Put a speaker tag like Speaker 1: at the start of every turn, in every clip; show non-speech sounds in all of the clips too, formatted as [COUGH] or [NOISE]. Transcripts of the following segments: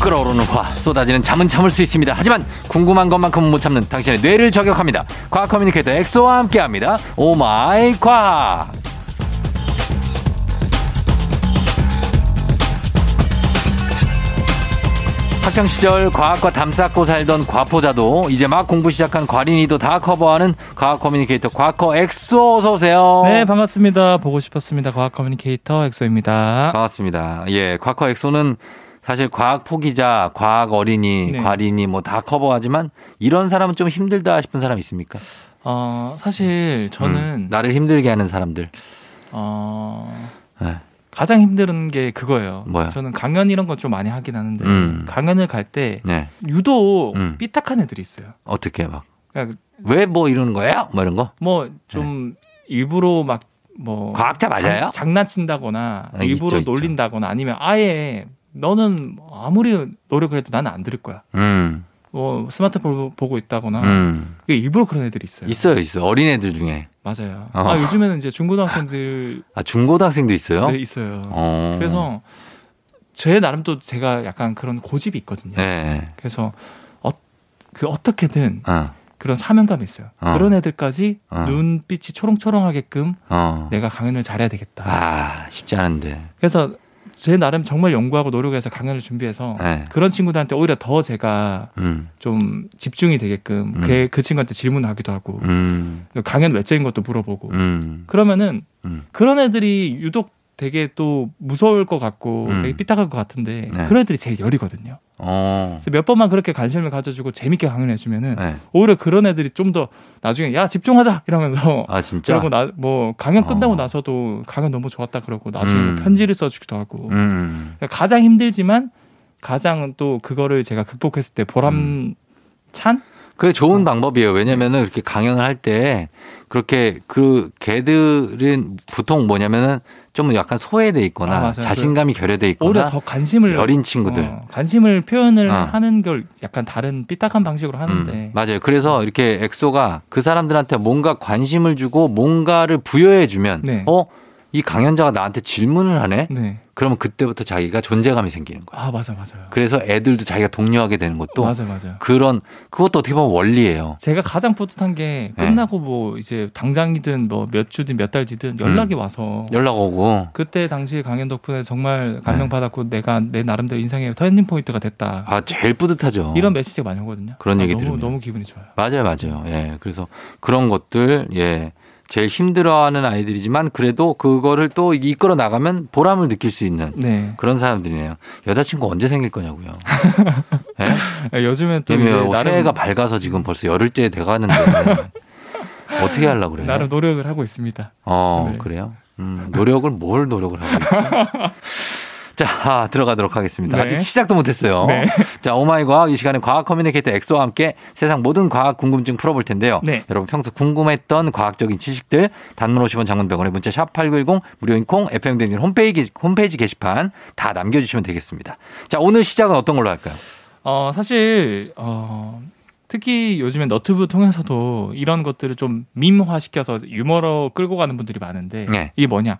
Speaker 1: 끓어오르는 화 쏟아지는 잠은 참을 수 있습니다. 하지만 궁금한 것만큼은 못 참는 당신의 뇌를 저격합니다. 과학 커뮤니케이터 엑소와 함께합니다. 오마이 과학. 학창 시절 과학과 담쌓고 살던 과포자도 이제 막 공부 시작한 과린이도 다 커버하는 과학 커뮤니케이터 과커 엑소 어서 오세요.
Speaker 2: 네, 반갑습니다. 보고 싶었습니다. 과학 커뮤니케이터 엑소입니다.
Speaker 1: 반갑습니다. 예, 과커 엑소는 사실 과학 포기자, 과학 어린이,
Speaker 2: 네.
Speaker 1: 과린이 뭐 다 커버하지만 이런 사람은 좀 힘들다 싶은 사람 있습니까?
Speaker 2: 어, 사실
Speaker 1: 음,
Speaker 2: 저는
Speaker 1: 나를 힘들게 하는 사람들.
Speaker 2: 어,
Speaker 1: 예.
Speaker 2: 가장 힘든 게 그거예요.
Speaker 1: 뭐야?
Speaker 2: 저는 강연 이런 건 좀 많이 하긴 하는데
Speaker 1: 음.
Speaker 2: 강연을 갈 때
Speaker 1: 네.
Speaker 2: 유독
Speaker 1: 음.
Speaker 2: 삐딱한 애들이 있어요.
Speaker 1: 어떻게 막.
Speaker 2: 그러니까
Speaker 1: 왜 뭐 이러는 거예요? 뭐 이런 거?
Speaker 2: 뭐 좀 일부러 막 뭐
Speaker 1: 네. 과학자 맞아요?
Speaker 2: 장난친다거나
Speaker 1: 아, 있죠,
Speaker 2: 일부러
Speaker 1: 있죠.
Speaker 2: 놀린다거나 아니면 아예 너는 아무리 노력을 해도 나는 안 들을 거야.
Speaker 1: 음.
Speaker 2: 뭐 스마트폰 보고 있다거나
Speaker 1: 음.
Speaker 2: 이게 일부러 그런 애들이 있어요.
Speaker 1: 있어요, 있어요. 어린애들 중에.
Speaker 2: 맞아요.
Speaker 1: 어.
Speaker 2: 아 요즘에는 이제 중고등학생들
Speaker 1: 아, 중고등학생도 있어요?
Speaker 2: 네, 있어요.
Speaker 1: 어.
Speaker 2: 그래서 제 나름 또 제가 약간 그런 고집이 있거든요.
Speaker 1: 예.
Speaker 2: 그래서 어, 그 어떻게든
Speaker 1: 예. 어.
Speaker 2: 그런 사명감이 있어요.
Speaker 1: 어.
Speaker 2: 그런 애들까지
Speaker 1: 어.
Speaker 2: 눈빛이 네. 초롱초롱하게끔
Speaker 1: 어.
Speaker 2: 내가 강연을 잘해야 되겠다.
Speaker 1: 아, 쉽지 않은데.
Speaker 2: 그래서 제 나름 정말 연구하고 노력해서 강연을 준비해서
Speaker 1: 예.
Speaker 2: 그런 친구들한테 오히려 더 제가
Speaker 1: 음.
Speaker 2: 좀 집중이 되게끔
Speaker 1: 음.
Speaker 2: 그, 그 친구한테 질문하기도 하고
Speaker 1: 음.
Speaker 2: 강연 외적인 것도 물어보고
Speaker 1: 음.
Speaker 2: 그러면은
Speaker 1: 음.
Speaker 2: 그런 애들이 유독 되게 또 무서울 것 같고
Speaker 1: 음.
Speaker 2: 되게 삐딱할 것 같은데
Speaker 1: 네.
Speaker 2: 그런 애들이 제일 열이거든요.
Speaker 1: 어.
Speaker 2: 그래서 몇 번만 그렇게 관심을 가져주고 재밌게 강연해 주면은
Speaker 1: 예.
Speaker 2: 오히려 그런 애들이 좀 더 나중에 야 집중하자 이러면서
Speaker 1: 아, 진짜.
Speaker 2: 그러고 나 뭐 강연 끝나고
Speaker 1: 어.
Speaker 2: 나서도 강연 너무 좋았다 그러고 나중에
Speaker 1: 음.
Speaker 2: 뭐 편지를 써주기도 하고
Speaker 1: 음.
Speaker 2: 그러니까 가장 힘들지만 가장 또 그거를 제가 극복했을
Speaker 1: 음.
Speaker 2: 때 보람 찬
Speaker 1: 그게
Speaker 2: 어.
Speaker 1: 좋은 방법이에요. 왜냐면은 그렇게 강연을 할 때 그렇게 그 개들은 보통 뭐냐면은 좀 약간 소외돼 있거나
Speaker 2: 아, 맞아요.
Speaker 1: 자신감이 결여돼
Speaker 2: 오히려
Speaker 1: 있거나
Speaker 2: 더 관심을
Speaker 1: 아, 여린 친구들. 음.
Speaker 2: 어, 관심을 표현을
Speaker 1: 어.
Speaker 2: 하는 걸 약간 다른 삐딱한 방식으로 하는데
Speaker 1: 음, 맞아요. 그래서 이렇게 엑소가 그 사람들한테 뭔가 관심을 주고 뭔가를 부여해 주면
Speaker 2: 네.
Speaker 1: 어? 이 강연자가 나한테 질문을 하네?
Speaker 2: 네.
Speaker 1: 그러면 그때부터 자기가 존재감이 생기는 거야.
Speaker 2: 아 맞아 맞아요.
Speaker 1: 그래서 애들도 자기가 독려하게 되는 것도
Speaker 2: 맞아 맞아.
Speaker 1: 그런 그것도 어떻게 보면 원리예요.
Speaker 2: 제가 가장 뿌듯한 게
Speaker 1: 네.
Speaker 2: 끝나고 뭐 이제 당장이든 뭐 몇 주든 몇 달 뒤든
Speaker 1: 음.
Speaker 2: 연락이 와서
Speaker 1: 연락 오고
Speaker 2: 그때 당시 강연 덕분에 정말
Speaker 1: 네.
Speaker 2: 감명받았고 내가 내 나름대로 인생의 터닝 포인트가 됐다.
Speaker 1: 아 제일 뿌듯하죠.
Speaker 2: 이런 메시지가 많이 오거든요.
Speaker 1: 그런
Speaker 2: 아,
Speaker 1: 얘기
Speaker 2: 너무
Speaker 1: 들으면.
Speaker 2: 너무 기분이 좋아요.
Speaker 1: 맞아요, 맞아요. 예. 그래서 그런 것들, 예. 제일 힘들어하는 아이들이지만 그래도 그거를 또 이끌어 나가면 보람을 느낄 수 있는
Speaker 2: 네.
Speaker 1: 그런 사람들이네요. 여자친구 언제 생길 거냐고요. 예?
Speaker 2: 아, 요즘엔 또 아, 이제
Speaker 1: 왜냐면
Speaker 2: 나름
Speaker 1: 새해가 밝아서 지금 벌써 열흘째
Speaker 2: [LAUGHS]
Speaker 1: 돼가는데 어떻게 하려고 그래요?
Speaker 2: 나름 노력을 하고 있습니다.
Speaker 1: 어,
Speaker 2: 네.
Speaker 1: 그래요? 음, 노력을 뭘 노력을 하고 있지?
Speaker 2: [LAUGHS]
Speaker 1: 자, 아, 들어가도록 하겠습니다.
Speaker 2: 네.
Speaker 1: 아직 시작도 못했어요.
Speaker 2: 네.
Speaker 1: 자, 오마이 과학 이 시간에 과학 커뮤니케이터 엑소와 함께 세상 모든 과학 궁금증 풀어볼 텐데요.
Speaker 2: 네.
Speaker 1: 여러분 평소 궁금했던 과학적인 지식들 단문 50원 장문병원에 문자 샵 8910 무료인 콩 FM 댕진 홈페이지, 홈페이지 게시판 다 남겨주시면 되겠습니다. 자, 오늘 시작은 어떤 걸로 할까요?
Speaker 2: 어 사실 어 특히 요즘에 너튜브 통해서도 이런 것들을 좀 밈화 시켜서 유머로 끌고 가는 분들이 많은데
Speaker 1: 네.
Speaker 2: 이게 뭐냐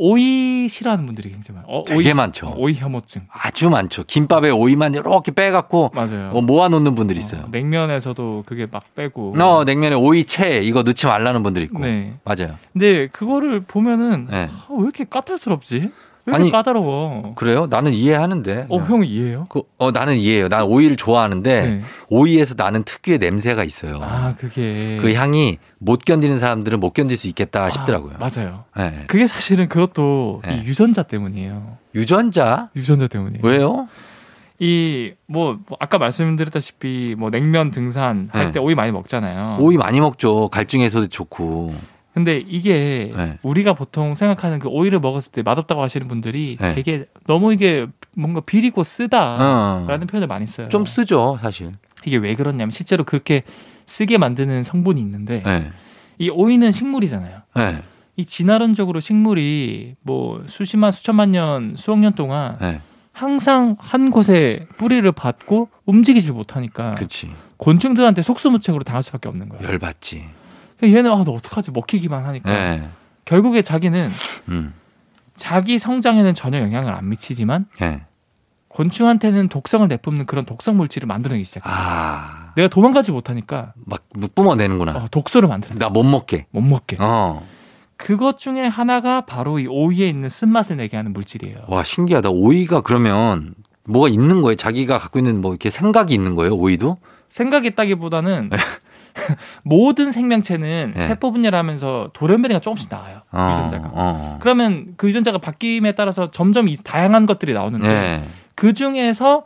Speaker 2: 오이 싫어하는 분들이 굉장히 많아요. 어,
Speaker 1: 되게 많죠.
Speaker 2: 오이 혐오증
Speaker 1: 아주 많죠. 김밥에 오이만 이렇게 빼갖고
Speaker 2: 맞아요.
Speaker 1: 어, 모아놓는 분들이 있어요.
Speaker 2: 어, 냉면에서도 그게 막 빼고.
Speaker 1: 어, 냉면에 오이채 이거 넣지 말라는 분들 있고.
Speaker 2: 네.
Speaker 1: 맞아요.
Speaker 2: 근데 그거를 보면은
Speaker 1: 네.
Speaker 2: 아, 왜 이렇게 까탈스럽지? 왜 이렇게
Speaker 1: 아니,
Speaker 2: 까다로워?
Speaker 1: 그래요? 나는 이해하는데.
Speaker 2: 어, 형 이해해요?
Speaker 1: 그, 어, 나는 이해해요. 난 오이를 좋아하는데
Speaker 2: 네.
Speaker 1: 오이에서 나는 특유의 냄새가 있어요.
Speaker 2: 아 그게
Speaker 1: 그 향이 못 견디는 사람들은 못 견딜 수 있겠다 싶더라고요.
Speaker 2: 아, 맞아요.
Speaker 1: 예, 예.
Speaker 2: 그게 사실은 그것도
Speaker 1: 네.
Speaker 2: 이 유전자 때문이에요.
Speaker 1: 유전자
Speaker 2: 유전자 때문이에요.
Speaker 1: 왜요?
Speaker 2: 이 뭐 아까 말씀드렸다시피 뭐 냉면 등산 할
Speaker 1: 네.
Speaker 2: 때 오이 많이 먹잖아요.
Speaker 1: 오이 많이 먹죠. 갈증에서도 좋고.
Speaker 2: 근데 이게
Speaker 1: 네.
Speaker 2: 우리가 보통 생각하는 그 오이를 먹었을 때 맛없다고 하시는 분들이
Speaker 1: 네.
Speaker 2: 되게 너무 이게 뭔가 비리고 쓰다라는 네.
Speaker 1: 어.
Speaker 2: 표현을 많이 써요.
Speaker 1: 좀 쓰죠, 사실.
Speaker 2: 이게 왜 그렇냐면 실제로 그렇게 쓰게 만드는 성분이 있는데
Speaker 1: 예.
Speaker 2: 이 오이는 식물이잖아요.
Speaker 1: 예.
Speaker 2: 이 진화론적으로 식물이 뭐 수십만 수천만 년 수억 년 동안
Speaker 1: 예.
Speaker 2: 항상 한 곳에 뿌리를 받고 움직이질 못하니까
Speaker 1: 그렇지.
Speaker 2: 곤충들한테 속수무책으로 당할 수밖에 없는 거예요.
Speaker 1: 열받지.
Speaker 2: 얘는 아너 어떡하지 먹히기만 하니까
Speaker 1: 예.
Speaker 2: 결국에 자기는
Speaker 1: 음.
Speaker 2: 자기 성장에는 전혀 영향을 안 미치지만
Speaker 1: 예.
Speaker 2: 곤충한테는 독성을 내뿜는 그런 독성 물질을 만들어내기 시작했어요.
Speaker 1: 아,
Speaker 2: 내가 도망가지 못하니까
Speaker 1: 막 뿜어내는구나.
Speaker 2: 어, 독소를 만들어.
Speaker 1: 나 못 먹게.
Speaker 2: 못 먹게.
Speaker 1: 네. 어.
Speaker 2: 그것 중에 하나가 바로 이 오이에 있는 쓴맛을 내게 하는 물질이에요.
Speaker 1: 와, 신기하다. 오이가 그러면 뭐가 있는 거예요? 자기가 갖고 있는 뭐 이렇게 생각이 있는 거예요? 오이도?
Speaker 2: 생각이 있다기보다는 [LAUGHS] 모든 생명체는
Speaker 1: 네.
Speaker 2: 세포 분열을 하면서 돌연변이가 조금씩 나와요.
Speaker 1: 어,
Speaker 2: 유전자가.
Speaker 1: 어.
Speaker 2: 그러면 그 유전자가 바뀜에 따라서 점점 이 다양한 것들이 나오는데
Speaker 1: 예.
Speaker 2: 그 중에서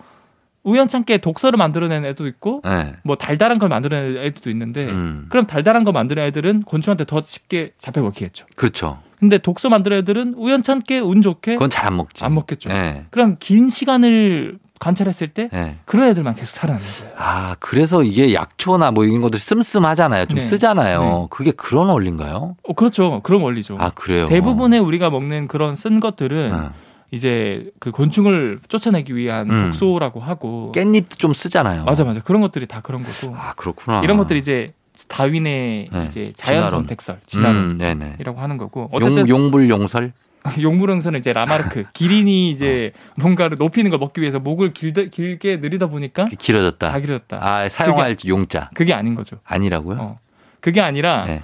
Speaker 2: 우연찮게 독서를 만들어낸 애도 있고
Speaker 1: 예.
Speaker 2: 뭐 달달한 걸 만들어낸 애들도 있는데
Speaker 1: 음.
Speaker 2: 그럼 달달한 거 만드는 애들은 곤충한테 더 쉽게 잡혀먹히겠죠.
Speaker 1: 그렇죠.
Speaker 2: 근데 독소 만드는 애들은 우연찮게 운 좋게
Speaker 1: 그건 잘 안 먹지.
Speaker 2: 안 먹겠죠.
Speaker 1: 예.
Speaker 2: 그럼 긴 시간을 관찰했을 때
Speaker 1: 예.
Speaker 2: 그런 애들만 계속 살아남는 거예요.
Speaker 1: 아, 그래서 이게 약초나 뭐 이런 것들 씀씀하잖아요. 좀
Speaker 2: 네.
Speaker 1: 쓰잖아요.
Speaker 2: 네.
Speaker 1: 그게 그런 원리인가요?
Speaker 2: 어, 그렇죠. 그런 원리죠.
Speaker 1: 아, 그래요.
Speaker 2: 대부분의 뭐 우리가 먹는 그런 쓴 것들은
Speaker 1: 어.
Speaker 2: 이제 그 곤충을 쫓아내기 위한
Speaker 1: 음.
Speaker 2: 독소라고 하고
Speaker 1: 깻잎도 좀 쓰잖아요.
Speaker 2: 맞아 맞아 그런 것들이 다 그런 거고
Speaker 1: 아, 그렇구나.
Speaker 2: 이런 것들이 이제 다윈의
Speaker 1: 네.
Speaker 2: 이제 자연
Speaker 1: 진화론.
Speaker 2: 선택설 진화론이라고
Speaker 1: 음, 네네.
Speaker 2: 하는 거고
Speaker 1: 용,
Speaker 2: 어쨌든
Speaker 1: 용불 용설?
Speaker 2: [LAUGHS]
Speaker 1: 어.
Speaker 2: 용물행선은
Speaker 1: [LAUGHS]
Speaker 2: 이제 라마르크 기린이 이제 뭔가를 높이는 걸 먹기 위해서 목을 길다, 길게 늘이다 보니까
Speaker 1: 길어졌다.
Speaker 2: 다 길었다
Speaker 1: 아, 사용할 용자.
Speaker 2: 그게 아닌 거죠
Speaker 1: 아니라고요?
Speaker 2: 어. 그게 아니라
Speaker 1: 네.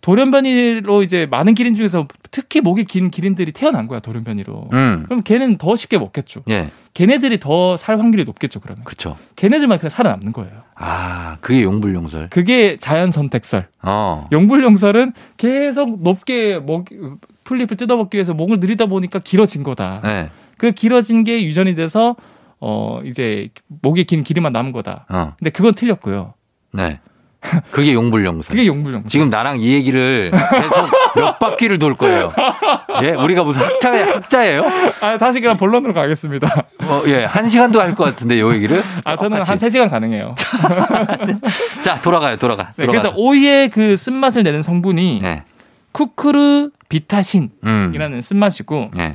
Speaker 2: 돌연변이로 이제 많은 기린 중에서 특히 목이 긴 기린들이 태어난 거야 돌연변이로
Speaker 1: 음.
Speaker 2: 그럼 걔는 더 쉽게 먹겠죠
Speaker 1: 예.
Speaker 2: 걔네들이 더 살 확률이 높겠죠 그러면
Speaker 1: 그렇죠.
Speaker 2: 걔네들만 그냥 살아남는 거예요
Speaker 1: 아, 그게 용불 용설.
Speaker 2: 그게 자연 선택설
Speaker 1: 어.
Speaker 2: 용불용설은 계속 높게 먹 풀잎을 뜯어먹기 위해서 목을 늘이다 보니까 길어진 거다.
Speaker 1: 네.
Speaker 2: 그 길어진 게 유전이 돼서 어 이제 목에 긴 길이만 남은 거다.
Speaker 1: 어.
Speaker 2: 근데 그건 틀렸고요.
Speaker 1: 네. 그게 용불 용설.
Speaker 2: 그게 용불용.
Speaker 1: 지금 나랑 이 얘기를 계속 몇 바퀴를 돌 거예요. 예, 우리가 무슨 학자 학자예요?
Speaker 2: 아 다시 그럼 본론으로 가겠습니다.
Speaker 1: 어, 예, 한 시간도 할 것 같은데 요 얘기를.
Speaker 2: 아 저는
Speaker 1: 똑같이.
Speaker 2: 한3 시간 가능해요.
Speaker 1: 자 돌아가요, 돌아가. 돌아가서.
Speaker 2: 네, 그래서 오이의 그 쓴맛을 내는 성분이
Speaker 1: 네,
Speaker 2: 쿠크르 비타신이라는
Speaker 1: 음,
Speaker 2: 쓴맛이고
Speaker 1: 네,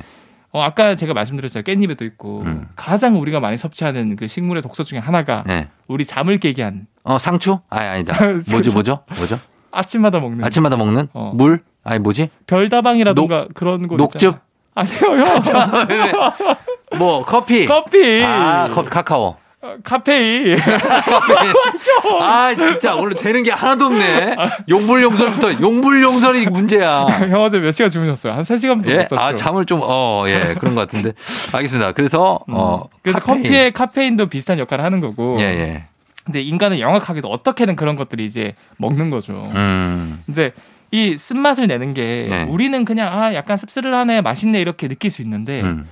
Speaker 2: 어, 아까 제가 말씀드렸죠 깻잎에도 있고
Speaker 1: 음.
Speaker 2: 가장 우리가 많이 섭취하는 그 식물의 독소 중에 하나가
Speaker 1: 네.
Speaker 2: 우리 잠을 깨게 한
Speaker 1: 어 상추? 아니
Speaker 2: [LAUGHS]
Speaker 1: 아니다. 뭐죠, 뭐죠, 뭐죠?
Speaker 2: 아침마다 먹는
Speaker 1: 아침마다 먹는
Speaker 2: 어.
Speaker 1: 물? 아니 뭐지?
Speaker 2: 별다방이라든가 그런 거
Speaker 1: 녹즙?
Speaker 2: 있잖아요. 아니에요 형
Speaker 1: 뭐 커피?
Speaker 2: [LAUGHS] 커피
Speaker 1: 아, 커피 카카오.
Speaker 2: 어, 카페인 [LAUGHS]
Speaker 1: 아, 진짜 오늘 되는 게 하나도 없네. 용불용설부터 용불용설이 문제야.
Speaker 2: 형 어제 몇 시간 주무셨어요? 한 3시간부터
Speaker 1: 예,
Speaker 2: 잤죠
Speaker 1: 아 잠을 좀 어 예 그런 것 같은데 알겠습니다. 그래서 어
Speaker 2: 음. 그래서
Speaker 1: 카페인.
Speaker 2: 커피에 뭐 카페인도 비슷한 역할을 하는 거고
Speaker 1: 예 예.
Speaker 2: 근데 인간은 영악하게도 어떻게든 그런 것들이 이제 먹는 거죠
Speaker 1: 음.
Speaker 2: 근데 이 쓴맛을 내는 게
Speaker 1: 네.
Speaker 2: 우리는 그냥 아 약간 씁쓸하네 맛있네 이렇게 느낄 수 있는데
Speaker 1: 음.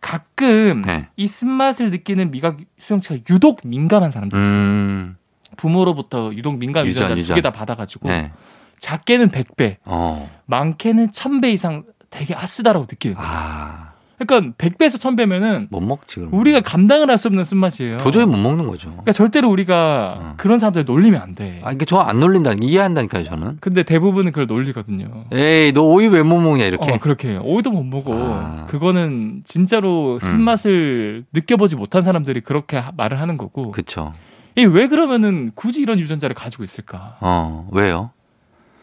Speaker 2: 가끔
Speaker 1: 네.
Speaker 2: 이 쓴맛을 느끼는 미각 수용체가 유독 민감한 사람들이 있어요
Speaker 1: 음.
Speaker 2: 부모로부터 유독 민감
Speaker 1: 유전,
Speaker 2: 유전자
Speaker 1: 유전.
Speaker 2: 두개 다 받아가지고
Speaker 1: 네.
Speaker 2: 작게는 100배,
Speaker 1: 어.
Speaker 2: 많게는 1000배 이상 되게 아쓰다라고 느끼는 거예요.
Speaker 1: 아.
Speaker 2: 그러니까 100배에서 1000배면은
Speaker 1: 못 먹지 그럼.
Speaker 2: 우리가 감당을 할 수 없는 쓴맛이에요.
Speaker 1: 도저히 못 먹는 거죠.
Speaker 2: 그러니까 절대로 우리가
Speaker 1: 어.
Speaker 2: 그런 사람들 놀리면 안 돼.
Speaker 1: 아 이게 저 안 놀린다 이해한다니까요 저는.
Speaker 2: 근데 대부분은 그걸 놀리거든요.
Speaker 1: 에이 너 오이 왜 못 먹냐 이렇게.
Speaker 2: 어, 그렇게 해요. 오이도 못 먹어.
Speaker 1: 아. 음.
Speaker 2: 그거는 진짜로 쓴맛을 느껴보지 못한 사람들이 그렇게 하- 말을 하는 거고.
Speaker 1: 그쵸.
Speaker 2: 이 왜 그러면은 굳이 이런 유전자를 가지고 있을까?
Speaker 1: 어 왜요?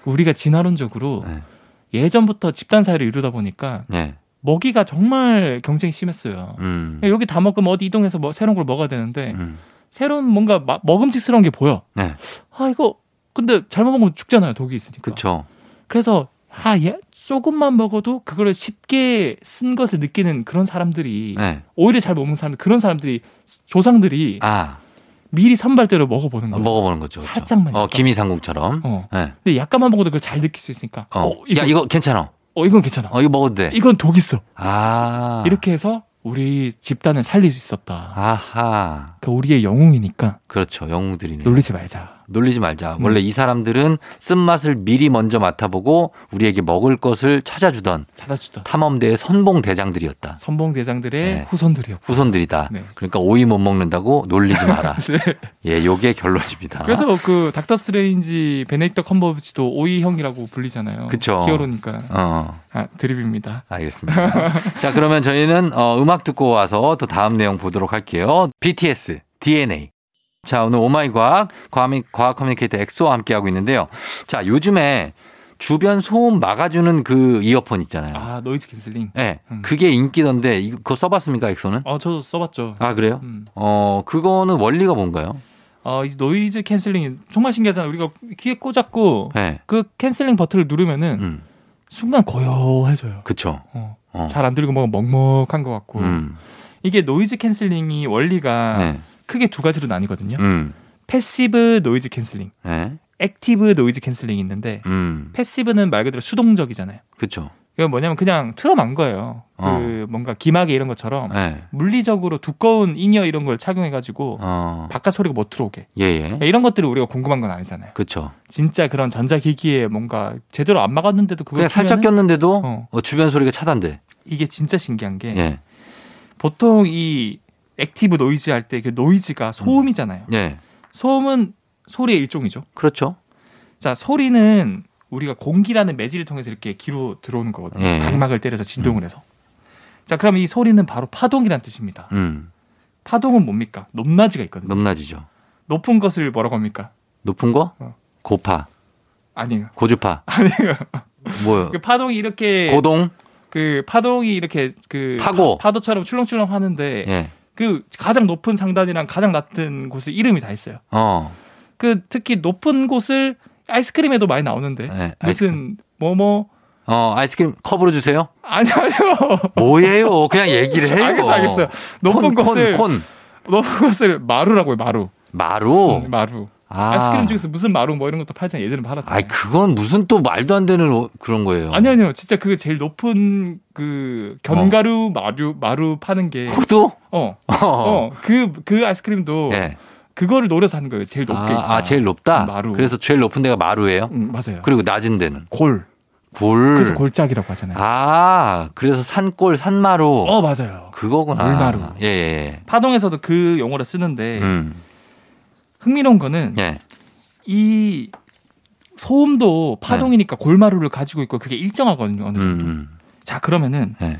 Speaker 2: 우리가 진화론적으로
Speaker 1: 네.
Speaker 2: 예전부터 집단 사회를 이루다 보니까
Speaker 1: 예.
Speaker 2: 먹이가 정말 경쟁이 심했어요.
Speaker 1: 음.
Speaker 2: 야, 예, 여기 다 먹으면 어디 이동해서 뭐 새로운 걸 먹어야 되는데
Speaker 1: 음.
Speaker 2: 새로운 뭔가 마- 먹음직스러운 게 보여.
Speaker 1: 네.
Speaker 2: 아 이거 근데 잘못 먹으면 죽잖아요. 독이 있으니까.
Speaker 1: 그쵸.
Speaker 2: 래서아 예, 조금만 먹어도 그걸 쉽게 쓴 것을 느끼는 그런 사람들이
Speaker 1: 네.
Speaker 2: 오히려 잘 못 먹는 사람들 그런 사람들이 조상들이
Speaker 1: 아
Speaker 2: 미리 선발대로 먹어보는
Speaker 1: 어,
Speaker 2: 거예요.
Speaker 1: 먹어보는 거죠. 그쵸.
Speaker 2: 음. 살짝만
Speaker 1: 어
Speaker 2: 약간.
Speaker 1: 김이상궁처럼.
Speaker 2: 어.
Speaker 1: 네.
Speaker 2: 근데 약간만 먹어도 그걸 잘 느낄 수 있으니까.
Speaker 1: 어.
Speaker 2: 어, 이거,
Speaker 1: 야 이거 괜찮아.
Speaker 2: 어, 이건 괜찮아.
Speaker 1: 어 이거 먹어도 돼.
Speaker 2: 이건 독 있어.
Speaker 1: 아
Speaker 2: 이렇게 해서 우리 집단을 살릴 수 있었다.
Speaker 1: 아하
Speaker 2: 그러니까 우리의 영웅이니까
Speaker 1: 그렇죠 영웅들이네. 요
Speaker 2: 놀리지 말자.
Speaker 1: 놀리지 말자.
Speaker 2: 음.
Speaker 1: 원래 이 사람들은 쓴맛을 미리 먼저 맡아보고 우리에게 먹을 것을 찾아주던
Speaker 2: 찾아주다.
Speaker 1: 탐험대의 선봉 대장들이었다.
Speaker 2: 선봉 대장들의
Speaker 1: 네.
Speaker 2: 후손들이었고.
Speaker 1: 후손들이다.
Speaker 2: 네.
Speaker 1: 그러니까 오이 못 먹는다고 놀리지
Speaker 2: [LAUGHS]
Speaker 1: 마라. 예, 요게 결론입니다.
Speaker 2: 그래서 그 닥터 스트레인지 베네딕터 컴버치도 오이 형이라고 불리잖아요.
Speaker 1: 그쵸.
Speaker 2: 히어로니까.
Speaker 1: 어,
Speaker 2: 아, 드립입니다.
Speaker 1: 알겠습니다. [LAUGHS] 자, 그러면 저희는 어, 음악 듣고 와서 또 다음 내용 보도록 할게요. BTS DNA. 자, 오늘 오마이 과학 과학 커뮤니케이터 엑소와 함께하고 있는데요. 자, 요즘에 주변 소음 막아주는 그 이어폰 있잖아요.
Speaker 2: 아 노이즈 캔슬링.
Speaker 1: 네,
Speaker 2: 음.
Speaker 1: 그게 인기던데 이거 그거 써봤습니까 엑소는?
Speaker 2: 어 저도 써봤죠.
Speaker 1: 아 그래요?
Speaker 2: 음.
Speaker 1: 어 그거는 원리가 뭔가요?
Speaker 2: 어, 이 노이즈 캔슬링이 정말 신기하잖아요. 우리가 귀에 꽂았고
Speaker 1: 네,
Speaker 2: 그 캔슬링 버튼을 누르면은
Speaker 1: 음,
Speaker 2: 순간 고요해져요.
Speaker 1: 그쵸.
Speaker 2: 어,
Speaker 1: 어.
Speaker 2: 잘 안 들리고 뭔가 먹먹한 것 같고
Speaker 1: 음,
Speaker 2: 이게 노이즈 캔슬링이 원리가
Speaker 1: 네,
Speaker 2: 크게 두 가지로 나뉘거든요.
Speaker 1: 음,
Speaker 2: 패시브 노이즈 캔슬링,
Speaker 1: 네,
Speaker 2: 액티브 노이즈 캔슬링이 있는데
Speaker 1: 음,
Speaker 2: 패시브는 말 그대로 수동적이잖아요.
Speaker 1: 그쵸.
Speaker 2: 이건 뭐냐면 그냥 틀어만 거예요. 그 뭔가 기막이 이런 것처럼
Speaker 1: 네,
Speaker 2: 물리적으로 두꺼운 인이어 이런 걸 착용해가지고
Speaker 1: 어,
Speaker 2: 바깥 소리가 못 들어오게 그러니까
Speaker 1: 예, 예,
Speaker 2: 이런 것들이 우리가 궁금한 건 아니잖아요.
Speaker 1: 그쵸.
Speaker 2: 진짜 그런 전자기기에 뭔가 제대로 안 막았는데도 그걸
Speaker 1: 그냥 살짝
Speaker 2: 키면은
Speaker 1: 꼈는데도
Speaker 2: 어.
Speaker 1: 어, 주변 소리가 차단돼.
Speaker 2: 이게 진짜 신기한 게
Speaker 1: 예,
Speaker 2: 보통 이 액티브 노이즈 할 때 그 노이즈가 소음이잖아요.
Speaker 1: 예,
Speaker 2: 소음은 소리의 일종이죠.
Speaker 1: 그렇죠.
Speaker 2: 자 소리는 우리가 공기라는 매질을 통해서 이렇게 귀로 들어오는 거거든요.
Speaker 1: 예.
Speaker 2: 각막을 때려서 진동을 해서. 자 그럼 이 소리는 바로 파동이란 뜻입니다.
Speaker 1: 음,
Speaker 2: 파동은 뭡니까? 높낮이가 있거든요.
Speaker 1: 높낮이죠.
Speaker 2: 높은 것을 뭐라고 합니까?
Speaker 1: 높은 거?
Speaker 2: 어.
Speaker 1: 고파,
Speaker 2: 아니에요.
Speaker 1: 고주파.
Speaker 2: [LAUGHS] 아니에요.
Speaker 1: 뭐요?
Speaker 2: 그 파동이 이렇게
Speaker 1: 고동?
Speaker 2: 그 파동이 이렇게 그
Speaker 1: 파고.
Speaker 2: 파, 도처럼 출렁출렁 하는데
Speaker 1: 예.
Speaker 2: 그 가장 높은 상단이랑 가장 낮은 곳에 이름이 다 있어요.
Speaker 1: 어.
Speaker 2: 그 특히 높은 곳을 아이스크림에도 많이 나오는데
Speaker 1: 예. 아이스크림.
Speaker 2: 무슨 뭐뭐
Speaker 1: 어, 아이스크림 컵으로 주세요.
Speaker 2: 아니 아니요.
Speaker 1: 뭐예요? 그냥 얘기를 해요.
Speaker 2: 알겠어 알겠어요. 높은
Speaker 1: 콘,
Speaker 2: 곳을
Speaker 1: 콘, 콘.
Speaker 2: 높은 곳을 마루라고요 마루.
Speaker 1: 마루.
Speaker 2: 음, 마루.
Speaker 1: 아.
Speaker 2: 아. 이스크림 중에서 무슨 마루 뭐 이런 것도 팔잖아요. 예전에
Speaker 1: 아이
Speaker 2: 팔았잖아요.
Speaker 1: 그건 무슨 또 말도 안 되는 어- 그런 거예요.
Speaker 2: 아니 아니요. 진짜 그 제일 높은 그 견과류 마루 마루 파는 게
Speaker 1: 어. 호두?
Speaker 2: 어.
Speaker 1: [LAUGHS] 어.
Speaker 2: 어. 그 그 아이스크림도
Speaker 1: 예.
Speaker 2: 그거를 노려서 하는 거예요. 제일 높게.
Speaker 1: 아, 아, 제일 높다.
Speaker 2: 마루.
Speaker 1: 그래서 제일 높은 데가 마루예요.
Speaker 2: 음, 맞아요.
Speaker 1: 그리고 낮은 데는
Speaker 2: 골.
Speaker 1: 골.
Speaker 2: 그래서 골짝이라고 하잖아요.
Speaker 1: 아, 그래서 산골, 산마루.
Speaker 2: 네. 어, 맞아요.
Speaker 1: 그거구나.
Speaker 2: 물마루.
Speaker 1: 예, 예.
Speaker 2: 파동에서도 그 용어를 쓰는데
Speaker 1: 예. 음.
Speaker 2: 흥미로운 거는
Speaker 1: 예.
Speaker 2: 이 소음도 파동이니까 골마루를 가지고 있고 그게 일정하거든요. 어느
Speaker 1: 예. 음.
Speaker 2: 정도.
Speaker 1: 음.
Speaker 2: 자, 그러면은
Speaker 1: 예.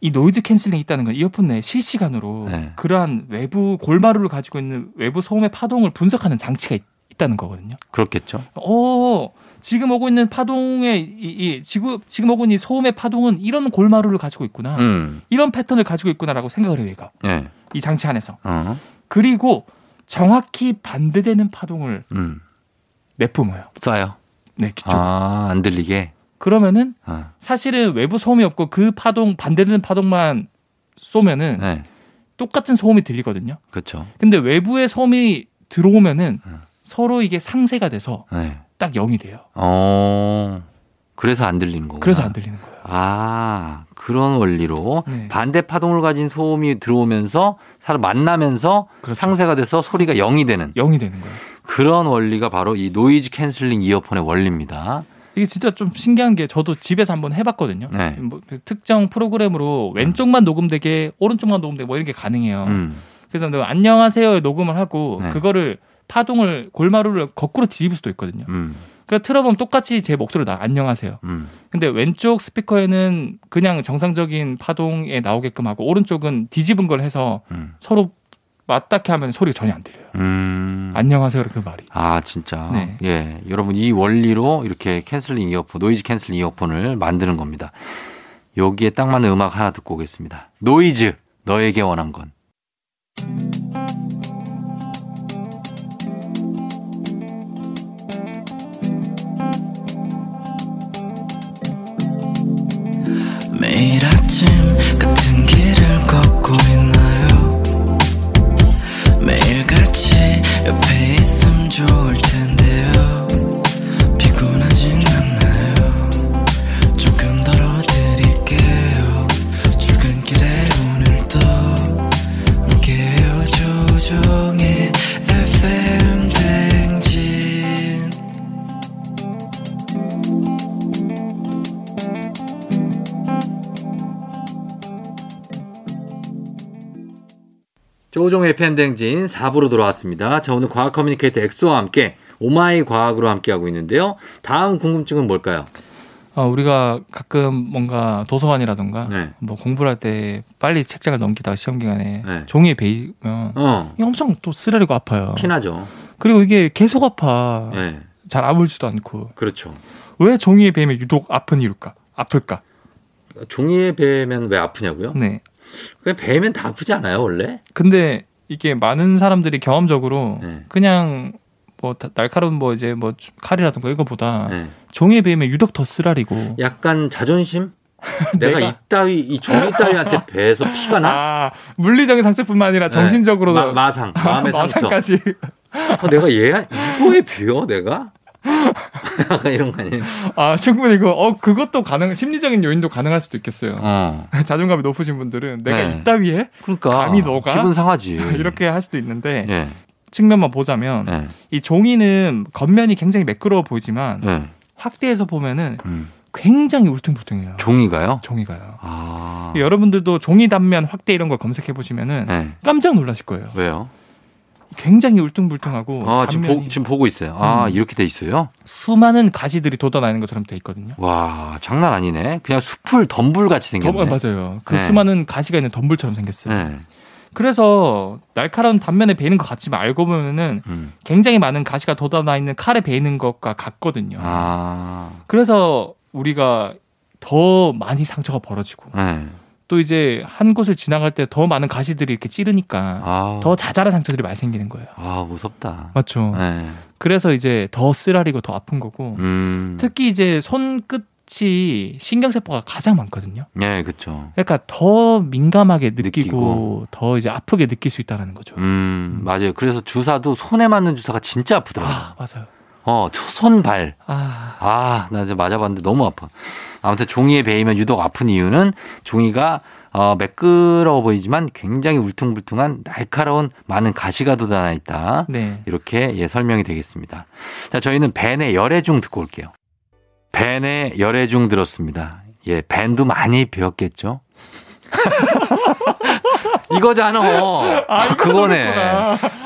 Speaker 2: 이 노이즈 캔슬링이 있다는 건 이어폰 내 실시간으로
Speaker 1: 네.
Speaker 2: 그러한 외부 골마루를 가지고 있는 외부 소음의 파동을 분석하는 장치가 있, 다는 거거든요.
Speaker 1: 그렇겠죠.
Speaker 2: 어, 지금 오고 있는 파동의 이, 이 지금 지금 오고 있는 이 소음의 파동은 이런 골마루를 가지고 있구나.
Speaker 1: 음.
Speaker 2: 이런 패턴을 가지고 있구나라고 생각을 해요, 얘가.
Speaker 1: 예.
Speaker 2: 이 장치 안에서.
Speaker 1: 어.
Speaker 2: 그리고 정확히 반대되는 파동을
Speaker 1: 음.
Speaker 2: 내뿜어요.
Speaker 1: 싸요.
Speaker 2: 네, 기초.
Speaker 1: 아, 안 들리게.
Speaker 2: 그러면은
Speaker 1: 아,
Speaker 2: 사실은 외부 소음이 없고 그 파동 반대되는 파동만 쏘면은
Speaker 1: 네.
Speaker 2: 똑같은 소음이 들리거든요.
Speaker 1: 그렇죠.
Speaker 2: 근데 외부의 소음이 들어오면은
Speaker 1: 음.
Speaker 2: 서로 이게 상쇄가 돼서
Speaker 1: 네.
Speaker 2: 딱 0이 돼요.
Speaker 1: 어. 그래서 안 들리는 거구나.
Speaker 2: 그래서 안 들리는 거예요.
Speaker 1: 아, 그런 원리로
Speaker 2: 네.
Speaker 1: 반대 파동을 가진 소음이 들어오면서 서로 만나면서
Speaker 2: 그렇죠.
Speaker 1: 상쇄가 돼서 소리가 0이 되는
Speaker 2: 0이 되는 거예요.
Speaker 1: 그런 원리가 바로 이 노이즈 캔슬링 이어폰의 원리입니다.
Speaker 2: 이게 진짜 좀 신기한 게 저도 집에서 한번 해봤거든요.
Speaker 1: 네.
Speaker 2: 뭐 특정 프로그램으로 왼쪽만 녹음되게 오른쪽만 녹음되게 뭐 이런 게 가능해요.
Speaker 1: 음.
Speaker 2: 그래서 내가 안녕하세요 녹음을 하고
Speaker 1: 네.
Speaker 2: 그거를 파동을 골마루를 거꾸로 뒤집을 수도 있거든요.
Speaker 1: 음.
Speaker 2: 그래서 틀어보면 똑같이 제 목소리 나 안녕하세요.
Speaker 1: 음.
Speaker 2: 근데 왼쪽 스피커에는 그냥 정상적인 파동에 나오게끔 하고 오른쪽은 뒤집은 걸 해서
Speaker 1: 음.
Speaker 2: 서로 맞닿게 하면 소리가 전혀 안 들려요.
Speaker 1: 음.
Speaker 2: 안녕하세요 그 말이.
Speaker 1: 아, 진짜.
Speaker 2: 네.
Speaker 1: 예. 여러분, 이 원리로 이렇게 캔슬링 이어폰, 노이즈 캔슬링 이어폰을 만드는 겁니다. 여기에 딱 맞는 음악 하나 듣고 오겠습니다. 노이즈, 너에게 원한 건.
Speaker 3: 매일 아침 같은 길을 걷고 있나요 매일 같이 옆에 있음 좋을 텐데요 피곤하진 않나요 조금 덜어드릴게요 출근길에 오늘도 함께해요 조종의 FM 댕진
Speaker 1: 조종의 팬댕진 4부로 돌아왔습니다. 자, 오늘 과학 커뮤니케이터 엑소와 함께 오마이 과학으로 함께하고 있는데요. 다음 궁금증은 뭘까요?
Speaker 2: 어, 우리가 가끔 뭔가 도서관이라던가
Speaker 1: 네.
Speaker 2: 뭐 공부를 할 때 빨리 책장을 넘기다가 시험 기간에
Speaker 1: 네.
Speaker 2: 종이에 베이면
Speaker 1: 어,
Speaker 2: 이게 엄청 또 쓰라리고 아파요.
Speaker 1: 피나죠.
Speaker 2: 그리고 이게 계속 아파.
Speaker 1: 예,
Speaker 2: 잘 아물지도 않고.
Speaker 1: 그렇죠.
Speaker 2: 왜 종이의 뱀이 유독 아픈 이유일까? 아플까?
Speaker 1: 종이에 베면 왜 아프냐고요?
Speaker 2: 네.
Speaker 1: 그냥 베면 다 아프지 않아요 원래?
Speaker 2: 근데 이게 많은 사람들이 경험적으로
Speaker 1: 네.
Speaker 2: 그냥 뭐 다- 날카로운 뭐 이제 뭐 주- 칼이라든가 이거보다
Speaker 1: 네.
Speaker 2: 종이에 베면 유독 더 쓰라리고.
Speaker 1: 약간
Speaker 2: [LAUGHS]
Speaker 1: 자존심? 내가,
Speaker 2: 내가-
Speaker 1: 이따위 이 종이 따위한테 베서 피가 나? 네.
Speaker 2: 아 물리적인 상처뿐만 아니라 정신적으로도 아,
Speaker 1: 마, 마상,
Speaker 2: [LAUGHS]
Speaker 1: 마음의 상처.
Speaker 2: 마상까지.
Speaker 1: 어, 내가 얘 이거에 비어 내가? [LAUGHS] 약간 이런 거 아니에요?
Speaker 2: 아 충분히 그 어 그것도 가능 심리적인 요인도 가능할 수도 있겠어요.
Speaker 1: 어.
Speaker 2: [LAUGHS] 자존감이 높으신 분들은 내가
Speaker 1: 네.
Speaker 2: 이따위에
Speaker 1: 그러니까
Speaker 2: 감히 너가?
Speaker 1: 기분 상하지.
Speaker 2: [LAUGHS] 이렇게 할 수도 있는데
Speaker 1: 예.
Speaker 2: 측면만 보자면
Speaker 1: 예.
Speaker 2: 이 종이는 겉면이 굉장히 매끄러워 보이지만
Speaker 1: 예.
Speaker 2: 확대해서 보면은
Speaker 1: 음.
Speaker 2: 굉장히 울퉁불퉁해요.
Speaker 1: 종이가요?
Speaker 2: 종이가요.
Speaker 1: 아.
Speaker 2: 예. 여러분들도 종이 단면 확대 이런 걸 검색해 보시면은
Speaker 1: 예.
Speaker 2: 깜짝 놀라실 거예요.
Speaker 1: 왜요?
Speaker 2: 굉장히 울퉁불퉁하고
Speaker 1: 아, 지금
Speaker 2: 뭐, 단면이
Speaker 1: 보, 지금 보고 있어요. 아,
Speaker 2: 음.
Speaker 1: 이렇게 돼 있어요?
Speaker 2: 수많은 가시들이 돋아나는 것처럼 돼 있거든요.
Speaker 1: 와, 장난 아니네. 그냥 숲을 덤불 같이
Speaker 2: 덤,
Speaker 1: 생겼네.
Speaker 2: 아, 맞아요. 그
Speaker 1: 네.
Speaker 2: 수많은 가시가 있는 덤불처럼 생겼어요.
Speaker 1: 예. 그래서
Speaker 2: 그래서 날카로운 단면에 베이는 것 같지만 알고 보면은
Speaker 1: 음.
Speaker 2: 굉장히 많은 가시가 돋아나 있는 칼에 베이는 것과 같거든요.
Speaker 1: 아.
Speaker 2: 그래서 우리가 더 많이 상처가 벌어지고
Speaker 1: 예.
Speaker 2: 또 이제 한 곳을 지나갈 때 더 많은 가시들이 이렇게 찌르니까
Speaker 1: 아.
Speaker 2: 더 자잘한 상처들이 많이 생기는 거예요.
Speaker 1: 아, 무섭다.
Speaker 2: 맞죠.
Speaker 1: 예.
Speaker 2: 그래서 이제 더 쓰라리고 더 아픈 거고
Speaker 1: 음.
Speaker 2: 특히 이제 손끝이 신경세포가 가장 많거든요.
Speaker 1: 예, 그렇죠.
Speaker 2: 그러니까 더 민감하게 느끼고,
Speaker 1: 느끼고.
Speaker 2: 더 이제 아프게 느낄 수 있다는 거죠.
Speaker 1: 음, 맞아요. 그래서 주사도 손에 맞는 주사가 진짜 아프더라고요.
Speaker 2: 아 맞아요.
Speaker 1: 어, 저 손발.
Speaker 2: 아
Speaker 1: 아, 나 이제 맞아봤는데 너무 아파. 아무튼 종이에 베이면 유독 아픈 이유는 종이가 어, 매끄러워 보이지만 굉장히 울퉁불퉁한 날카로운 많은 가시가 돋아나 있다.
Speaker 2: 네.
Speaker 1: 이렇게 예, 설명이 되겠습니다. 자, 저희는 벤의 열애중 듣고 올게요. 벤의 열애중 들었습니다. 예, 벤도 많이 배웠겠죠? [LAUGHS] 이거잖아. 그거네.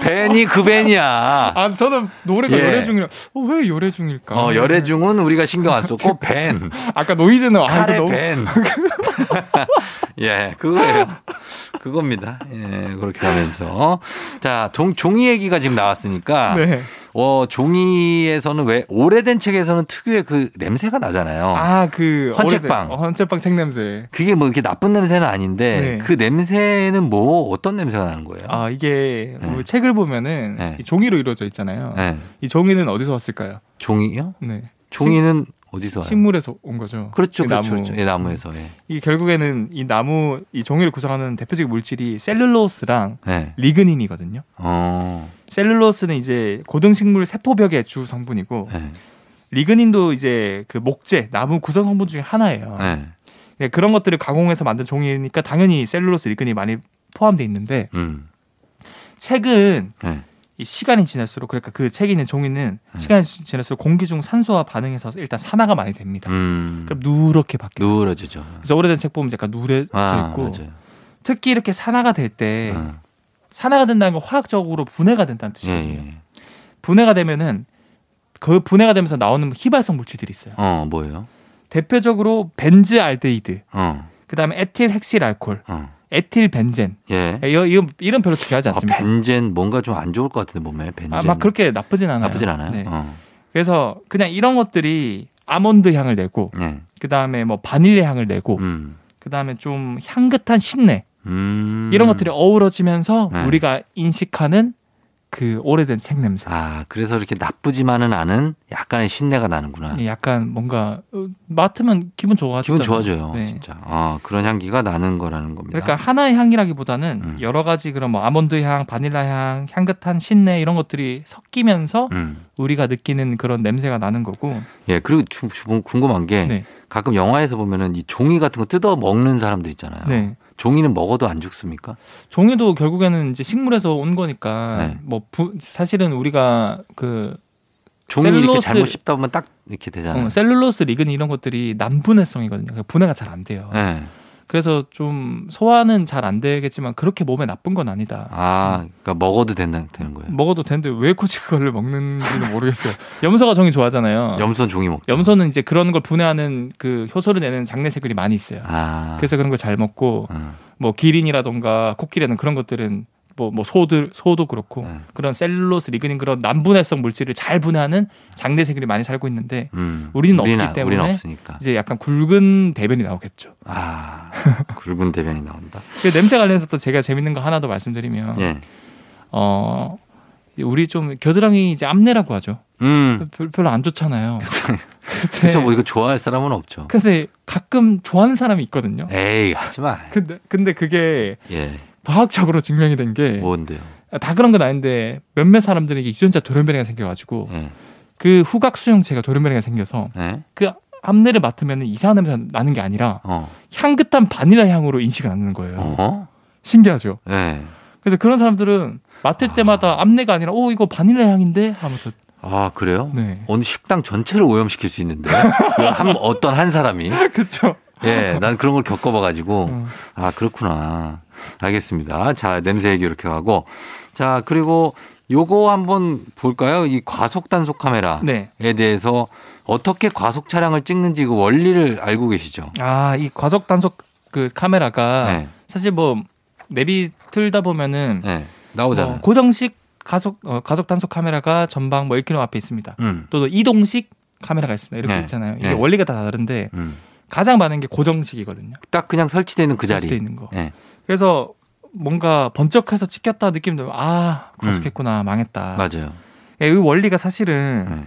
Speaker 1: 벤이 그 벤이야.
Speaker 2: 아 네. 저는 노래가
Speaker 1: 예.
Speaker 2: 열애 중이라. 어, 왜 열애 중일까?
Speaker 1: 어, 열애중은 우리가 신경 안 썼고, 벤.
Speaker 2: 아까 노이즈는 아 이거
Speaker 1: 칼의
Speaker 2: 너무 [LAUGHS]
Speaker 1: 벤. 예, 그거예요. 그겁니다. 예, 그렇게 하면서. 자, 종, 종이 얘기가 지금 나왔으니까.
Speaker 2: 네.
Speaker 1: 어, 종이에서는 왜 오래된 책에서는 특유의 그 냄새가 나잖아요.
Speaker 2: 아그
Speaker 1: 어.
Speaker 2: 어,
Speaker 1: 헌책방.
Speaker 2: 헌책방 책 냄새.
Speaker 1: 그게 뭐 이렇게 나쁜 냄새는 아닌데
Speaker 2: 네.
Speaker 1: 그 냄새는 뭐 어떤 냄새가 나는 거예요?
Speaker 2: 아 이게
Speaker 1: 네.
Speaker 2: 우리 책을 보면은
Speaker 1: 네.
Speaker 2: 이 종이로 이루어져 있잖아요.
Speaker 1: 네.
Speaker 2: 이 종이는 어디서 왔을까요?
Speaker 1: 종이요?
Speaker 2: 네.
Speaker 1: 종이는 어디서 와요?
Speaker 2: 식물에서 온 거죠.
Speaker 1: 그렇죠,
Speaker 2: 이
Speaker 1: 그렇죠,
Speaker 2: 나무.
Speaker 1: 그렇죠. 예, 나무에서. 예.
Speaker 2: 이 결국에는 이 나무 이 종이를 구성하는 대표적인 물질이 셀룰로스랑
Speaker 1: 네.
Speaker 2: 리그닌이거든요.
Speaker 1: 어.
Speaker 2: 셀룰로스는 이제 고등식물 세포벽의 주 성분이고
Speaker 1: 네.
Speaker 2: 리그닌도 이제 그 목재 나무 구성 성분 중에 하나예요.
Speaker 1: 네.
Speaker 2: 네, 그런 것들을 가공해서 만든 종이니까 당연히 셀룰로스 리그닌이 많이 포함돼 있는데
Speaker 1: 음.
Speaker 2: 책은
Speaker 1: 네.
Speaker 2: 이 시간이 지날수록 그러니까 그 책에 있는 종이는
Speaker 1: 네.
Speaker 2: 시간이 지- 지날수록 공기 중 산소와 반응해서 일단 산화가 많이 됩니다.
Speaker 1: 음.
Speaker 2: 그럼 누렇게 바뀌어요.
Speaker 1: 누그러지죠.
Speaker 2: 그래서 오래된 책 보면 약간 누래져
Speaker 1: 아,
Speaker 2: 그 있고 예.
Speaker 1: 맞아요.
Speaker 2: 특히 이렇게 산화가 될 때
Speaker 1: 어.
Speaker 2: 산화가 된다는 건 화학적으로 분해가 된다는
Speaker 1: 예,
Speaker 2: 뜻이에요.
Speaker 1: 예.
Speaker 2: 분해가 되면은 그 분해가 되면서 나오는 휘발성 물질들이 있어요.
Speaker 1: 어, 뭐예요?
Speaker 2: 대표적으로 벤즈알데히드,
Speaker 1: 어,
Speaker 2: 그다음에 에틸 헥실 알코올,
Speaker 1: 어.
Speaker 2: 에틸 벤젠.
Speaker 1: 예.
Speaker 2: 이거 이거 이름 별로 중요하지
Speaker 1: 아,
Speaker 2: 않습니다.
Speaker 1: 벤젠 뭔가 좀 안 좋을 것 같은데 몸에 벤젠.
Speaker 2: 아, 막 그렇게 나쁘진 않아요.
Speaker 1: 나쁘진 않아요.
Speaker 2: 네.
Speaker 1: 어.
Speaker 2: 그래서 그냥 이런 것들이 아몬드 향을 내고
Speaker 1: 네.
Speaker 2: 그다음에 뭐 바닐레 향을 내고
Speaker 1: 음.
Speaker 2: 그다음에 좀 향긋한 신내
Speaker 1: 음.
Speaker 2: 이런 것들이 어우러지면서
Speaker 1: 네.
Speaker 2: 우리가 인식하는 그 오래된 책 냄새.
Speaker 1: 아, 그래서 이렇게 나쁘지만은 않은 약간의 신내가 나는구나.
Speaker 2: 예, 약간 뭔가 어, 맡으면 기분 좋아지죠.
Speaker 1: 아. 기분 좋아져요,
Speaker 2: 네.
Speaker 1: 진짜. 아, 그런 향기가 나는 거라는 겁니다.
Speaker 2: 그러니까 하나의 향이라기보다는
Speaker 1: 음.
Speaker 2: 여러 가지 그런 뭐 아몬드 향, 바닐라 향, 향긋한 신내 이런 것들이 섞이면서
Speaker 1: 음.
Speaker 2: 우리가 느끼는 그런 냄새가 나는 거고.
Speaker 1: 예, 그리고 주- 주- 궁금한 게
Speaker 2: 네.
Speaker 1: 가끔 영화에서 보면은 이 종이 같은 거 뜯어 먹는 사람들 있잖아요.
Speaker 2: 네.
Speaker 1: 종이는 먹어도 안 죽습니까?
Speaker 2: 종이도 결국에는 이제 식물에서 온 거니까
Speaker 1: 네.
Speaker 2: 뭐 부- 사실은 우리가 그
Speaker 1: 종이 이렇게
Speaker 2: 셀룰로스-
Speaker 1: 잘못 씹다 보면 딱 이렇게 되잖아요.
Speaker 2: 어, 셀룰로스 리그닌 이런 것들이 남분해성이거든요. 그러니까 분해가 잘 안 돼요.
Speaker 1: 예.
Speaker 2: 그래서 좀 소화는 잘 안 되겠지만 그렇게 몸에 나쁜 건 아니다. 음.
Speaker 1: 아, 그러니까 먹어도 된다, 되는 거예요.
Speaker 2: 먹어도 되는데 왜 굳이 그걸 먹는지는 모르겠어요. 염소가 종이 좋아하잖아요.
Speaker 1: 염소는 종이 먹죠.
Speaker 2: 뭐, 염소는 이제 그런 걸 분해하는 그 효소를 내는 장내세균이 많이 있어요.
Speaker 1: 아.
Speaker 2: 그래서 그런 걸 잘 먹고
Speaker 1: 음.
Speaker 2: 뭐 기린이라던가 코끼리는 그런 것들은 뭐, 뭐 소들 소도 그렇고
Speaker 1: 음.
Speaker 2: 그런 셀룰로스 리그닌 그런 난분해성 물질을 잘 분해하는 장내생들이 많이 살고 있는데
Speaker 1: 음.
Speaker 2: 우리는 없기
Speaker 1: 우리는,
Speaker 2: 때문에
Speaker 1: 우리는 없으니까.
Speaker 2: 이제 약간 굵은 배변이 나오겠죠.
Speaker 1: 아,
Speaker 2: [LAUGHS]
Speaker 1: 굵은 대변이 나온다.
Speaker 2: 그 냄새 관련해서 또 제가 재밌는 거 하나 더 말씀드리면
Speaker 1: 예.
Speaker 2: 어 우리 좀 겨드랑이 이제 암내라고 하죠.
Speaker 1: 음.
Speaker 2: 별, 별로 안 좋잖아요. [LAUGHS] 네.
Speaker 1: 그렇죠.
Speaker 2: 근데,
Speaker 1: 뭐 이거 좋아할 사람은 없죠.
Speaker 2: 근데 가끔 좋아하는 사람이 있거든요.
Speaker 1: 에이, 하지 마.
Speaker 2: 근데 근데 그게
Speaker 1: 예.
Speaker 2: 과학적으로 증명이 된 게 다
Speaker 1: 뭔데요?
Speaker 2: 그런 건 아닌데 몇몇 사람들에게 유전자 돌연변이가 생겨가지고
Speaker 1: 예.
Speaker 2: 그 후각 수용체가 돌연변이가 생겨서
Speaker 1: 예.
Speaker 2: 암내를 맡으면 이상한 냄새 나는 게 아니라
Speaker 1: 어.
Speaker 2: 향긋한 바닐라 향으로 인식을 안 하는 거예요.
Speaker 1: 어?
Speaker 2: 신기하죠.
Speaker 1: 예.
Speaker 2: 그래서 그런 사람들은 맡을 때마다 암내가 아니라 오 이거 바닐라 향인데 하면서
Speaker 1: 아, 그래요?
Speaker 2: 네 [LAUGHS]
Speaker 1: 어느 식당 전체를 오염시킬 수 있는데 그한 어떤 한 사람이
Speaker 2: 그렇죠.
Speaker 1: 예, 난 그런 걸 겪어봐가지고
Speaker 2: 어.
Speaker 1: 아 그렇구나 알겠습니다. 자 냄새 얘기 이렇게 하고 자 그리고 요거 한번 볼까요? 이 과속 단속 카메라에
Speaker 2: 네.
Speaker 1: 대해서 어떻게 과속 차량을 찍는지 그 원리를 알고 계시죠?
Speaker 2: 아 이 과속 단속 그 카메라가
Speaker 1: 네,
Speaker 2: 사실 뭐 내비 틀다 보면은
Speaker 1: 네, 나오잖아요.
Speaker 2: 어, 고정식 가속 어, 가속 단속 카메라가 전방 뭐 1km 앞에 있습니다.
Speaker 1: 음,
Speaker 2: 또 이동식 카메라가 있습니다. 이렇게
Speaker 1: 네.
Speaker 2: 있잖아요. 이게
Speaker 1: 네.
Speaker 2: 원리가 다 다른데
Speaker 1: 음.
Speaker 2: 가장 많은 게 고정식이거든요.
Speaker 1: 딱 그냥 설치되는 그
Speaker 2: 돼
Speaker 1: 자리.
Speaker 2: 있는 거.
Speaker 1: 네.
Speaker 2: 그래서 뭔가 번쩍해서 찍혔다 느낌 들면 아 과속했구나
Speaker 1: 음.
Speaker 2: 망했다.
Speaker 1: 맞아요.
Speaker 2: 예, 이 원리가 사실은
Speaker 1: 네.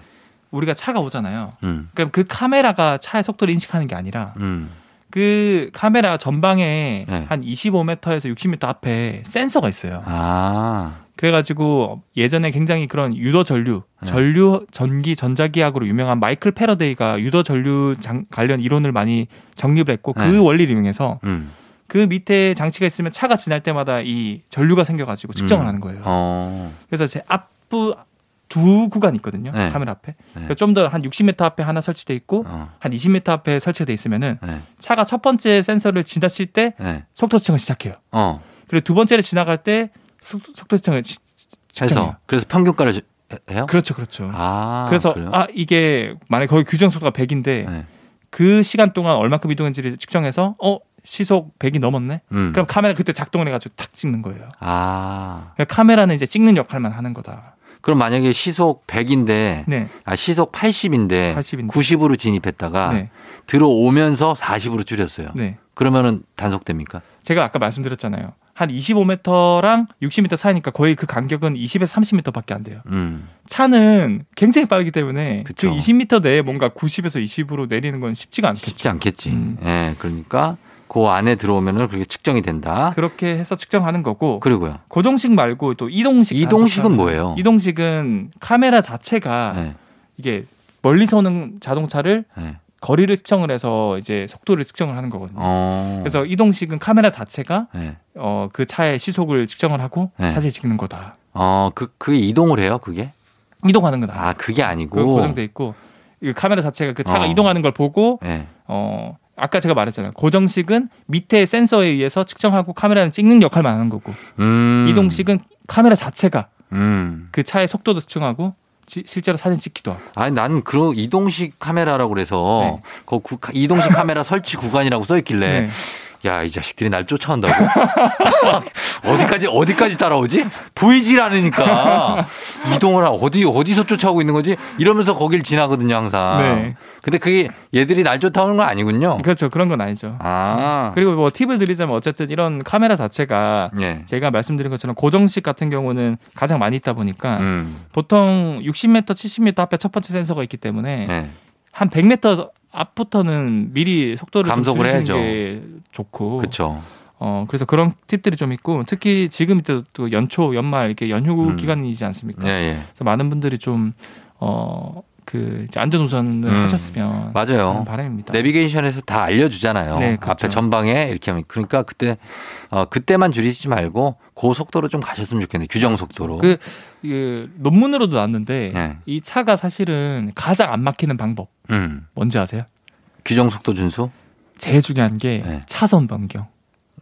Speaker 2: 우리가 차가 오잖아요.
Speaker 1: 음,
Speaker 2: 그럼 그 카메라가 차의 속도를 인식하는 게 아니라
Speaker 1: 음,
Speaker 2: 그 카메라 전방에
Speaker 1: 네.
Speaker 2: 한 25m에서 60m 앞에 센서가 있어요.
Speaker 1: 아,
Speaker 2: 그래가지고 예전에 굉장히 그런 유도 전류,
Speaker 1: 네.
Speaker 2: 전류 전기 전자기학으로 유명한 마이클 패러데이가 유도 전류 장- 관련 이론을 많이 정립을 했고 그
Speaker 1: 네.
Speaker 2: 원리를 이용해서
Speaker 1: 음,
Speaker 2: 그 밑에 장치가 있으면 차가 지날 때마다 이 전류가 생겨가지고 측정을
Speaker 1: 음.
Speaker 2: 하는 거예요.
Speaker 1: 어,
Speaker 2: 그래서 제 앞부 두 구간 있거든요.
Speaker 1: 네.
Speaker 2: 카메라 앞에 그러니까
Speaker 1: 네.
Speaker 2: 좀 더 한 60m 앞에 하나 설치돼 있고
Speaker 1: 어,
Speaker 2: 한 20m 앞에 설치돼 있으면은
Speaker 1: 네,
Speaker 2: 차가 첫 번째 센서를 지나칠 때
Speaker 1: 네,
Speaker 2: 속도 측정을 시작해요.
Speaker 1: 어,
Speaker 2: 그리고 두 번째를 지나갈 때 속- 속도 측정을 시- 측정해요.
Speaker 1: 해서 그래서 평균가를 주- 해- 해요?
Speaker 2: 그렇죠, 그렇죠.
Speaker 1: 아,
Speaker 2: 그래서
Speaker 1: 그래요?
Speaker 2: 아 이게 만약 거기 규정 속도가 100인데
Speaker 1: 네.
Speaker 2: 그 시간 동안 얼마큼 이동했는지를 측정해서 어 시속 100이 넘었네.
Speaker 1: 음.
Speaker 2: 그럼 카메라 그때 작동을 해가지고 탁 찍는 거예요.
Speaker 1: 아,
Speaker 2: 그러니까 카메라는 이제 찍는 역할만 하는 거다.
Speaker 1: 그럼 만약에 시속 100인데,
Speaker 2: 네,
Speaker 1: 아, 시속 80인데,
Speaker 2: 80인데.
Speaker 1: 90으로 진입했다가
Speaker 2: 네,
Speaker 1: 들어오면서 40으로 줄였어요.
Speaker 2: 네.
Speaker 1: 그러면은 단속됩니까?
Speaker 2: 제가 아까 말씀드렸잖아요. 한 25m랑 60m 사이니까 거의 그 간격은 20에서 30m밖에 안 돼요.
Speaker 1: 음.
Speaker 2: 차는 굉장히 빠르기 때문에 그
Speaker 1: 그쵸.
Speaker 2: 20m 내에 뭔가 90에서 20으로 내리는 건 쉽지가 않겠죠.
Speaker 1: 쉽지 않겠지.
Speaker 2: 음.
Speaker 1: 예, 그러니까 그 안에 들어오면은 그렇게 측정이 된다.
Speaker 2: 그렇게 해서 측정하는 거고
Speaker 1: 그리고요.
Speaker 2: 고정식 말고 또 이동식
Speaker 1: 이동식은
Speaker 2: 단속하는
Speaker 1: 뭐예요?
Speaker 2: 이동식은 카메라 자체가
Speaker 1: 예,
Speaker 2: 이게 멀리서 오는 자동차를
Speaker 1: 예.
Speaker 2: 거리를 측정을 해서 이제 속도를 측정을 하는 거거든요.
Speaker 1: 어.
Speaker 2: 그래서 이동식은 카메라 자체가
Speaker 1: 예.
Speaker 2: 어, 그 차의 시속을 측정을 하고
Speaker 1: 네.
Speaker 2: 사진 찍는 거다.
Speaker 1: 어, 그, 그게 이동을 해요, 그게?
Speaker 2: 이동하는 거다.
Speaker 1: 아, 그게
Speaker 2: 그
Speaker 1: 아니고.
Speaker 2: 고정돼 있고 이 카메라 자체가 그 차가
Speaker 1: 어.
Speaker 2: 이동하는 걸 보고
Speaker 1: 예.
Speaker 2: 어, 아까 제가 말했잖아요. 고정식은 밑에 센서에 의해서 측정하고 카메라는 찍는 역할만 하는 거고
Speaker 1: 음.
Speaker 2: 이동식은 카메라 자체가
Speaker 1: 음.
Speaker 2: 그 차의 속도도 측정하고 지- 실제로 사진 찍기도 하고.
Speaker 1: 아니 난 그런 이동식 카메라라고 그래서 그 구- 이동식 카메라 설치 구간이라고 써 있길래
Speaker 2: 네.
Speaker 1: 야 이 자식들이 날 쫓아온다고 [LAUGHS] 어디까지 어디까지 따라오지 보이질 않으니까 이동을 하 어디 어디서 쫓아오고 있는 거지 이러면서 거길 지나거든요 항상
Speaker 2: 네.
Speaker 1: 근데 그게 얘들이 날 쫓아오는 건 아니군요
Speaker 2: 그렇죠. 그런 건 아니죠.
Speaker 1: 아
Speaker 2: 그리고 뭐 팁을 드리자면 어쨌든 이런 카메라 자체가
Speaker 1: 예.
Speaker 2: 제가 말씀드린 것처럼 고정식 같은 경우는 가장 많이 있다 보니까
Speaker 1: 음.
Speaker 2: 보통 60m, 70m 앞에 첫 번째 센서가 있기 때문에
Speaker 1: 예.
Speaker 2: 한 100m 앞부터는 미리 속도를
Speaker 1: 감속을
Speaker 2: 좀 줄이는 게 좋고
Speaker 1: 그렇죠
Speaker 2: 어 그래서 그런 팁들이 좀 있고 특히 지금 이제 또 연초, 연말 이렇게 연휴
Speaker 1: 음.
Speaker 2: 기간이지 않습니까?
Speaker 1: 예예
Speaker 2: 그래서 많은 분들이 어, 좀어그 안전 우선을
Speaker 1: 음.
Speaker 2: 하셨으면 하는
Speaker 1: 맞아요
Speaker 2: 바람입니다.
Speaker 1: 내비게이션에서 다 알려주잖아요.
Speaker 2: 음. 네, 그렇죠.
Speaker 1: 앞에 전방에 이렇게 하면 그러니까 그때 어, 그때만 줄이지 말고 고 속도로 좀 가셨으면 좋겠네요. 규정 속도로.
Speaker 2: 그- 그 논문으로도 나왔는데
Speaker 1: 네.
Speaker 2: 이 차가 사실은 가장 안 막히는 방법
Speaker 1: 음.
Speaker 2: 뭔지 아세요?
Speaker 1: 규정 속도 준수
Speaker 2: 제일 중요한 게
Speaker 1: 네.
Speaker 2: 차선 변경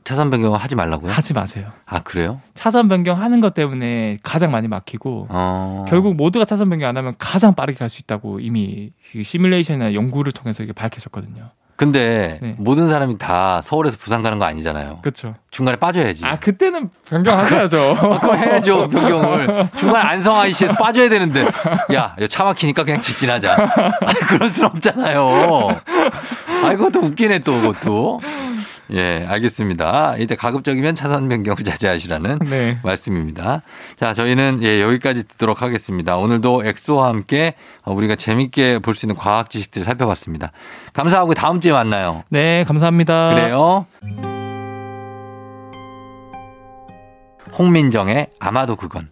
Speaker 1: 차선 변경 하지 말라고요?
Speaker 2: 하지 마세요.
Speaker 1: 아 그래요?
Speaker 2: 차선 변경하는 것 때문에 가장 많이 막히고
Speaker 1: 어.
Speaker 2: 결국 모두가 차선 변경 안 하면 가장 빠르게 갈 수 있다고 이미 그 시뮬레이션이나 연구를 통해서 이게 밝혀졌거든요.
Speaker 1: 근데
Speaker 2: 네.
Speaker 1: 모든 사람이 다 서울에서 부산 가는 거 아니잖아요.
Speaker 2: 그렇죠.
Speaker 1: 중간에 빠져야지.
Speaker 2: 아 그때는 변경하셔야죠.
Speaker 1: [LAUGHS] 그거 해야죠 변경을 중간 안성 IC에서 빠져야 되는데 야 차 막히니까 그냥 직진하자 아니 그럴 순 없잖아요 아 이것도 웃기네 또 그것도 예 알겠습니다 이제 가급적이면 차선 변경 자제하시라는
Speaker 2: 네.
Speaker 1: 말씀입니다 자 저희는 예 여기까지 듣도록 하겠습니다 오늘도 엑소와 함께 우리가 재밌게 볼 수 있는 과학 지식들 살펴봤습니다 감사하고 다음 주에 만나요
Speaker 2: 네, 감사합니다.
Speaker 1: 그래요. 홍민정의 아마도 그건.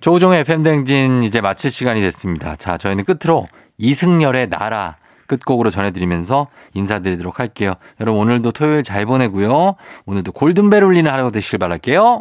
Speaker 1: 조종의 팬댕진 이제 마칠 시간이 됐습니다. 자, 저희는 끝으로 이승열의 나라 끝곡으로 전해드리면서 인사드리도록 할게요. 여러분 오늘도 토요일 잘 보내고요. 오늘도 골든벨 울리는 하루 되시길 바랄게요.